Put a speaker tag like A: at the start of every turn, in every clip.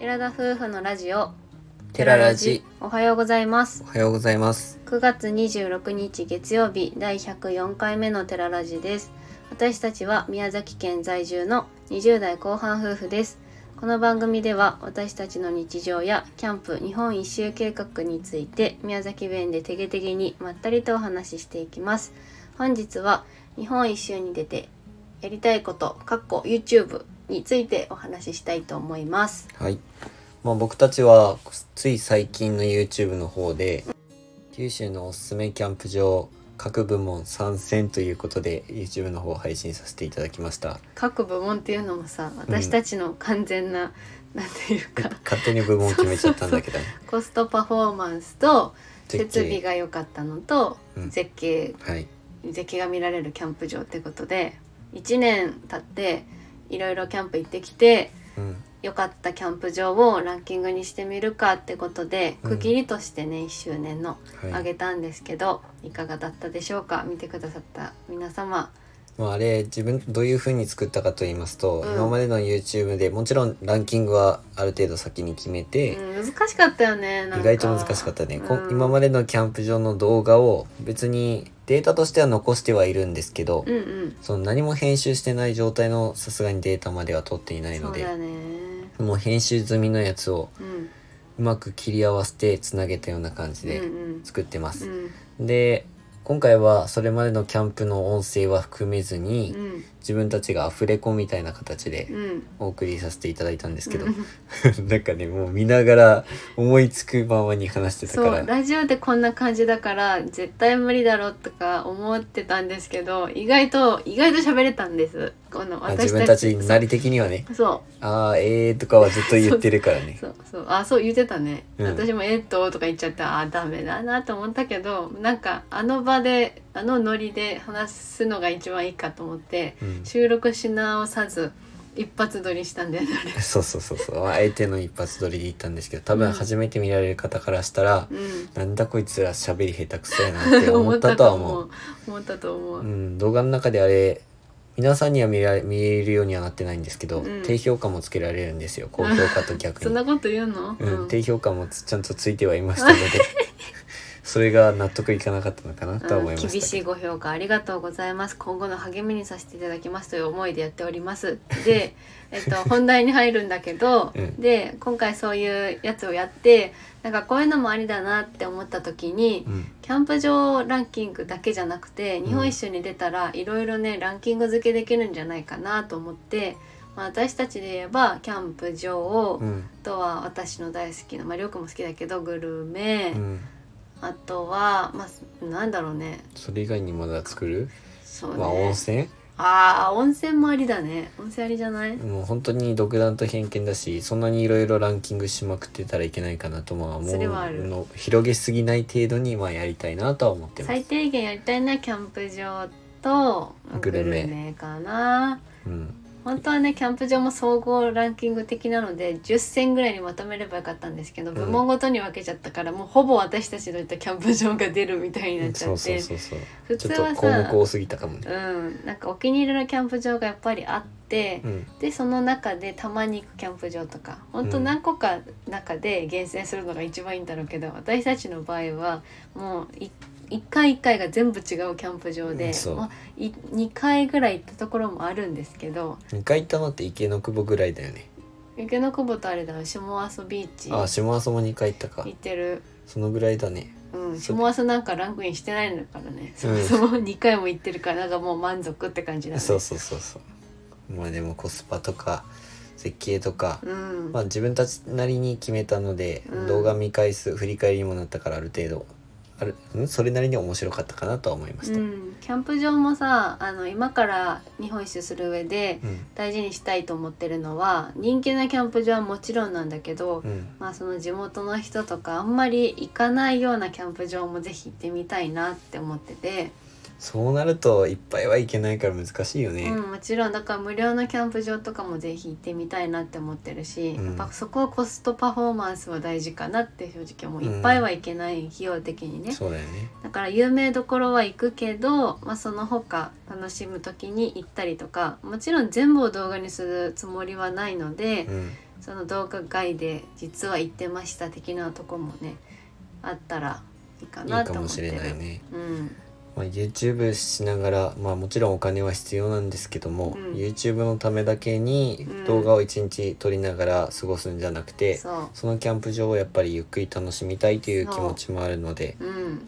A: 寺田夫婦のラジオ
B: テララジ
A: おはようございます
B: おはようございます
A: 9月26日月曜日第104回目のテララジです私たちは宮崎県在住の20代後半夫婦ですこの番組では私たちの日常やキャンプ日本一周計画について宮崎弁でてげてげにまったりとお話ししていきます本日は日本一周に出てやりたいことかっこ YouTube についてお話ししたいと思います
B: はいまあ僕たちはつい最近の YouTube の方で九州のおすすめキャンプ場各部門参戦ということで YouTube の方を配信させていただきました
A: 各部門っていうのもさ私たちの完全な、 なんていうか
B: 勝手に部門を決めちゃったんだけ どね
A: コストパフォーマンスと
B: 絶景
A: 設備が良かったのと
B: うん
A: 絶景、
B: はい
A: 絶景が見られるキャンプ場ってことで1年経っていろいろキャンプ行ってきて
B: うん
A: 良かったキャンプ場をランキングにしてみるかってことで
B: うん
A: 区切りとしてね、1周年の
B: は
A: あ
B: い
A: げたんですけど、い、かがだったでしょうか見てくださった皆様
B: まあ、あれ自分どういう風に作ったかと言いますと、
A: うん
B: 今までの YouTube でもちろんランキングはある程度先に決めて、
A: うん難しかったよねなんか
B: 意外と難しかったね、こ
A: うん
B: 今までのキャンプ場の動画を別にデータとしては残してはいるんですけど、
A: うんうん
B: その何も編集してない状態のさすがにデータまでは取っていない
A: そ
B: の
A: う
B: で
A: だね
B: もう編集済みのやつを
A: うん
B: うまく切り合わせてつなげたような感じ
A: う
B: で
A: んうん
B: 作ってます
A: う、ん
B: で今回はそれまでのキャンプの音声は含めずに、
A: うん
B: 自分たちがアフレコみたいな形で
A: うん
B: お送りさせていただいたんですけど、
A: うん
B: なんかねもう見ながら思いつくままに話してた
A: そ
B: か
A: う
B: ら
A: ラジオでこんな感じだから絶対無理だろうとか思ってたんですけど意外と意外と喋れたんですこの
B: まあ
A: 私たち
B: 自分たちなり的にはね
A: そ
B: 「ああええー」とかはずっと言ってるから
A: う
B: ね
A: そうそうあそう言ってたね、
B: うん
A: 私も「えっと」とか言っちゃってあダメだなと思ったけどなんかあの場であのノリで話すのが一番いいかと思って
B: うん
A: 収録 し直さず一発撮りしたんだよね
B: そうそうそうそうあえての一発撮りで行ったんですけど多分初めて見られる方からしたら、
A: あれうん
B: なんだこいつら喋り下手くそやなって思ったとは思う
A: 思ったと思う思ったと思
B: う
A: う、
B: ん、動画の中であれ皆さんには見られ見えるようにはなってないんですけど、
A: うん
B: 低評価もつけられるんですよ高評価と逆
A: そん
B: に、
A: なこと言うの、
B: うん
A: うん
B: 低評価もつちゃんとついてはいましたので それが納得いかなかったのかなとは思いましたけど、
A: 厳しいご評価ありがとうございます今後の励みにさせていただきますという思いでやっておりますで、え っと、本題に入るんだけど、
B: うん
A: で今回そういうやつをやってなんかこういうのもありだなって思った時に
B: うん
A: キャンプ場ランキングだけじゃなくて日本一周に出たらいろいろねランキング付けできるんじゃないかなと思って、まあ、私たちで言えばキャンプ場を、
B: うん
A: あとは私の大好きなまありょうくんも好きだけどグルメ、
B: うん、
A: あとはまあなんだろうね
B: それ以外にまだ作る、
A: そう
B: まあ
A: ね
B: 温。泉
A: ああ、温泉もありだね。温泉ありじゃない？
B: もう本当に独断と偏見だしそんなにいろいろランキングしまくってたらいけないかなとまあ思
A: そうれはある
B: の広げすぎない程度にまあやりたいなとは思ってます
A: 最、低限やりたいなキャンプ場とグ
B: グ
A: ル
B: ルメ
A: メかな。
B: うん、
A: 本当はねキャンプ場も総合ランキング的なので10選ぐらいにまとめればよかったんですけど
B: ん
A: 部門ごとに分けちゃったから、もうほぼ私たちの言ったキャンプ場が出るみたいになっち
B: そ
A: ゃ
B: う
A: っ
B: そう
A: て
B: そうそう
A: 普
B: ち
A: 通
B: ょ
A: は
B: っと項目
A: さ
B: 多すぎたかもね、
A: うんなんかお気に入りのキャンプ場がやっぱりあって、
B: うん、
A: でその中でたまに行くキャンプ場とかほんと
B: うん
A: 何個か中で厳選するのが一番いいんだろうけど、私たちの場合はもうい一回一回が全部違うキャンプ場
B: う
A: で
B: ん、そう
A: まあい2回ぐらい行ったところもあるんですけど
B: 2回行ったのって池の久保ぐらいだよね
A: 池の久保とあれだよ下阿蘇ビーチ
B: ああ
A: 行
B: 島遊も2回行ったか
A: ってる、
B: そのぐらいだね
A: うん、
B: そう
A: 下阿蘇なんかランクインしてないのからね、そもそも2回も行ってるからなんかもう満足って感じなんで
B: そうそうそうそうまあでもコスパとか絶景とか、
A: うん
B: まあ自分たちなりに決めたので、
A: うん
B: 動画見返す振り返りにもなったからある程度ある、うん、それなりに面白かったかなとは思いました、
A: う
B: うん
A: ん、キャンプ場もさあの今から日本一周する上で大事にしたいと思ってるのは人気なキャンプ場はもちろんなんだけど、
B: うん
A: まあ、その地元の人とかあんまり行かないようなキャンプ場もぜひ行ってみたいなって思ってて、
B: そうなるといっぱいはいけないから難しいよね、
A: うん、もちろんだから無料のキャンプ場とかもぜひ行ってみたいなって思ってるし、
B: うん
A: やっぱそこはコストパフォーマンスは大事かなって正直もういっぱいはいけない費用的にね、
B: そうだよね
A: だから有名どころは行くけど、まあ、その他楽しむ時に行ったりとかもちろん全部を動画にするつもりはないので、
B: うん
A: その動画外で実は行ってました的なとこもねあったらいいか
B: い
A: ないと思
B: かも
A: って
B: し
A: る
B: れないね。
A: うん
B: まあ、YouTube しながら、まあ、もちろんお金は必要なんですけども、
A: うん
B: YouTube のためだけに
A: うん
B: 動画を一日撮りながら過ごすんじゃなくて、
A: そ
B: そのキャンプ場をやっぱりゆっくり楽しみたいという気持ちもあるので
A: ううん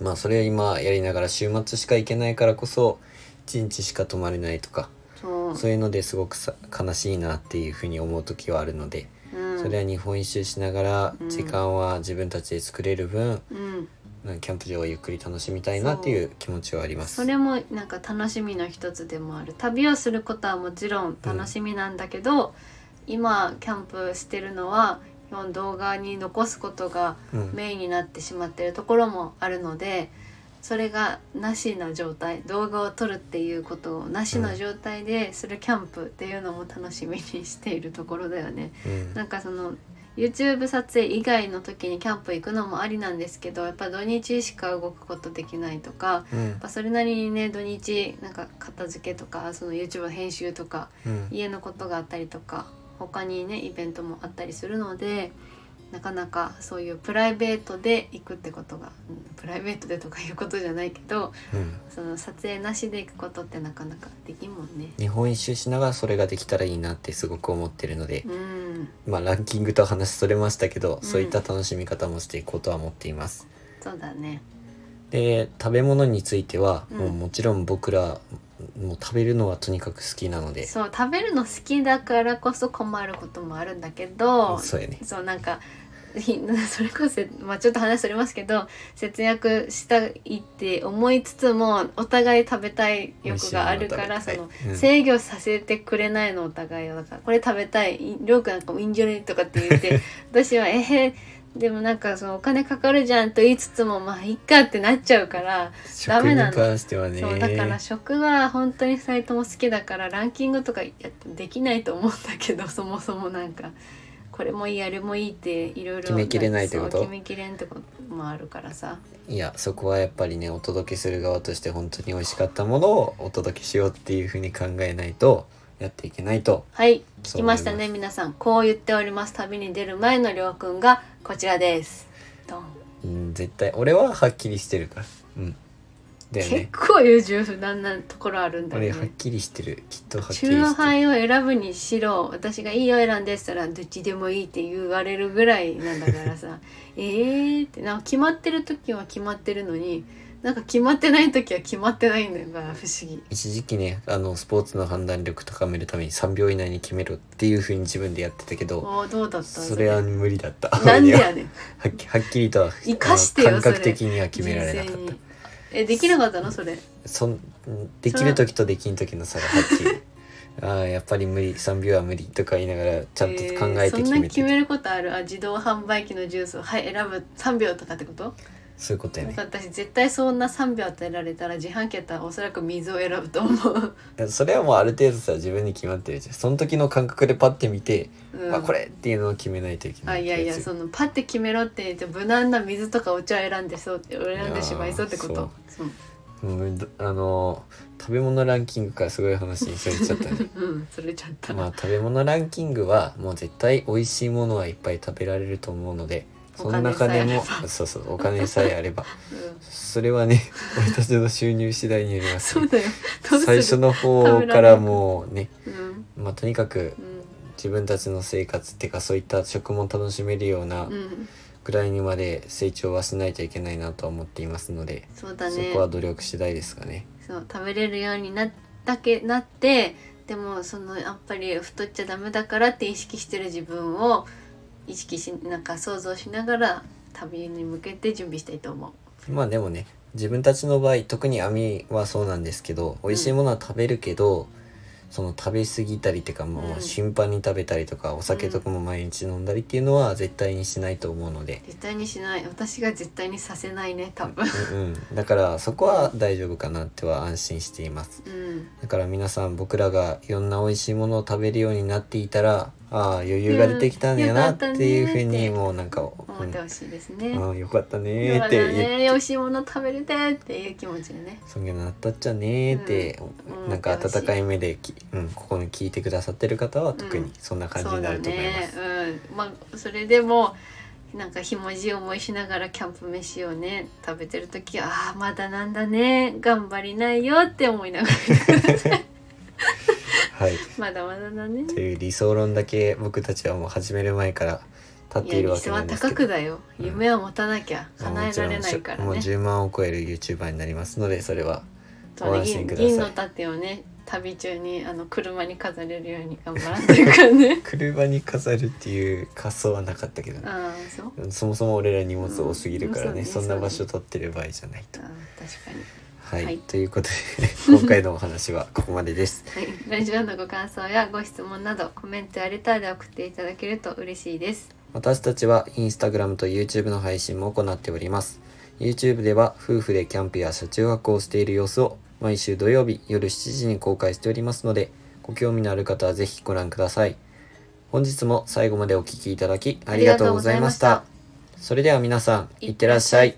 B: まあそれを今やりながら週末しか行けないからこそ一日しか泊まれないとか、
A: そう
B: そういうのですごくさ悲しいなっていうふうに思う時はあるので、
A: うん
B: それは日本一周しながら
A: うん
B: 時間は自分たちで作れる分、
A: うん
B: うんキャンプ場をゆっくり楽しみたいなっていう気持ちはあります。
A: それもなんか楽しみの一つでもある旅をすることはもちろん楽しみなんだけど、今キャンプしてるのは基本動画に残すことが
B: うん
A: メインになってしまってるところもあるのでそれがなしな状態動画を撮るっていうことをなしの状態でするキャンプっていうのも楽しみにしているところだよね。
B: うん
A: なんかその YouTube 撮影以外の時にキャンプ行くのもありなんですけどやっぱ土日しか動くことできないとか
B: うん
A: やっぱそれなりにね土日なんか片付けとかその YouTube 編集とか
B: うん
A: 家のことがあったりとか他にねイベントもあったりするのでなかなかそういうプライベートで行くってことが、うんプライベートでとかいうことじゃないけど
B: うん
A: その撮影なしで行くことってなかなかできんもんね。
B: 日本一周しながらそれができたらいいなってすごく思ってるので、
A: うん
B: まあランキングとは話それましたけど、
A: うん
B: そういった楽しみ方もしていこうとは思っています。
A: そうだね。
B: で食べ物については、
A: うん
B: もうもちろん僕らもう食べるのはとにかく好きなので
A: そう食べるの好きだからこそ困ることもあるんだけど
B: そうやね
A: そうなんか ひそれこそ、まあ、ちょっと話それますけど節約したいって思いつつもお互い食べたい欲があるからそ
B: 美味しいもの
A: の
B: 食べたいうん
A: 制御させてくれないのお互いをだからこれ食べたいいりょうくんなんかもいいんじゃねとかって言って 私はえへでもなんかそのお金かかるじゃんと言いつつもまあいっかってなっちゃうから、ダ
B: 食
A: メ
B: に
A: なの
B: 関してはね
A: そうだから食は本当に2人とも好きだからランキングとかやできないと思うんだけど そもそもなんかこれもいいあれもいいっていろいろ
B: 決めきれないってこと
A: そう決めきれんってこともあるからさ
B: いやそこはやっぱりねお届けする側として本当に美味しかったものをお届けしようっていうふうに考えないとやっていけないと
A: はい聞
B: そう
A: き
B: 思いま
A: ますしたね皆さんこう言っております旅に出る前のりょうくんがこちらですドン
B: うん絶対俺ははっきりしてるからうんだよ
A: 結
B: ね
A: 構優柔不断なところあるんだ
B: 俺
A: よ
B: はっ
A: ね
B: きりしてるきっとはっきりして
A: 中
B: る
A: 杯を選ぶにしろ私が「いいよ選んで」したら「どっちでもいい」って言われるぐらいなんだからさ 「えー」ってなんか決まってる時は決まってるのになんか決まってない時は決まってないんだから不思議。
B: 一時期ねあのスポーツの判断力高めるために3秒以内に決めろっていうふうに自分でやってたけど
A: おーどうだった
B: それは無理だった
A: なんで
B: 俺には
A: やねん
B: はっきはっきりとは
A: 生かしてよ
B: あの感覚
A: それ
B: 的には決められなかっ
A: 人生にえできなかったのそれ
B: たそんできる時とできん時の差がはっきり ああやっぱり無理3秒は無理とか言いながらちゃんと考えて
A: ー
B: 決
A: そん
B: め
A: な
B: て
A: 決
B: た、
A: めることあるあ自動販売機のジュースをはい選ぶ3秒とかってこと
B: そういうことや
A: なん
B: ね
A: か私絶対そんな3秒与えられたら自販機やったらおそらく水を選ぶと思 う、
B: それはもうある程度さ自分に決まってるじゃんその時の感覚でパッて見て、
A: うん、
B: あこれっていうのを決めないといけ
A: あ
B: ない
A: いやいや
B: ってつ
A: そのパッて決めろって言って無難な水とかお茶を選んでそうって選んでしまいそうってこ
B: いや
A: とそう
B: うんどあの食べ物ランキングからすごい話にそれちゃった ね
A: うんそれちゃった、
B: まあ食べ物ランキングはもう絶対美味しいものはいっぱい食べられると思うのでその中でも
A: お金さえあれば
B: そうそうお金さえあれば
A: うん、
B: それはね俺たちの収入次第によります
A: そうだよどうする
B: 最初の方からもうね
A: うん
B: まあとにかく
A: うん
B: 自分たちの生活っていうかそういった食も楽しめるような
A: うん
B: ぐらいにまで成長はしないといけないなとは思っていますので、
A: そうだ
B: そ
A: ね
B: こは努力次第ですかね。
A: そう食べれるようになったけなってでもそのやっぱり太っちゃダメだからって意識してる自分を意識しなんか想像しながら旅に向けて準備したいと思う。
B: まあでもね自分たちの場合特に網はそうなんですけど美味しいものは食べるけど、その食べ過ぎたりっていうかも
A: う
B: うん頻繁に食べたりとか、お酒とかも毎日飲んだりっていうのは絶対にしないと思うので、
A: 絶対にしない私が絶対にさせないね多分。
B: うんうん、だからそこは大丈夫かなっては安心しています
A: うん
B: だから皆さん僕らがいろんな美味しいものを食べるようになっていたらああ余裕が出てきたんやな
A: よかっ
B: っ
A: たねーって
B: ていうふうにもうなんか「
A: 思ってほしいです
B: う
A: ね。
B: ん、ああよかった
A: よ
B: ねー」
A: か
B: っ
A: ってた
B: 言っ
A: ね、美味しいもの食べれてっていう気持ちでね。
B: そんげなったっちゃねーって、
A: うん
B: なんか温かい目でき、うん、ここに聞いてくださってる方は特
A: う
B: に
A: ん
B: そんな感じ
A: そう
B: にな
A: だ
B: ると思いま
A: ね
B: す。。
A: うん、まあそれでもなんかひもじい思いしながらキャンプ飯をね食べてる時ああまだなんだね頑張りないよって思いながら
B: はい、
A: まだまだだね。
B: という理想論だけ僕たちはもう始める前から立っ
A: い
B: てい
A: や
B: る
A: 理
B: わけ
A: 想
B: な
A: は
B: んです
A: 高
B: け
A: く
B: ど。
A: だよ。
B: うん
A: 夢は持たなきゃ
B: まあ
A: 叶
B: も
A: え
B: ち
A: ら
B: ん
A: れないから
B: もう
A: ね。
B: 10万を超える YouTuber になりますのでそれは
A: そうね
B: ご安心
A: 銀
B: ください。
A: 銀の盾をね旅中にあの車に飾れるように頑張らんというからね
B: 車に飾るっていう仮想はなかったけど、
A: ああそう。
B: そもそも俺ら荷物多すぎるからね,、
A: うん
B: そ
A: そうんね
B: な場所取ってる場合じゃないと
A: あ。あ確かに。
B: はい、
A: はい
B: ということで今回のお話はここまでです。
A: はい、ラジオのご感想やご質問などコメントやレターで送っていただけると嬉しいです。
B: 私たちはインスタグラムと YouTube の配信も行っております。YouTube では夫婦でキャンプや車中泊をしている様子を毎週土曜日夜7時に公開しておりますので、ご興味のある方はぜひご覧ください。本日も最後までお聴きいただきありがとうございました。それでは皆さん、いってらっしゃい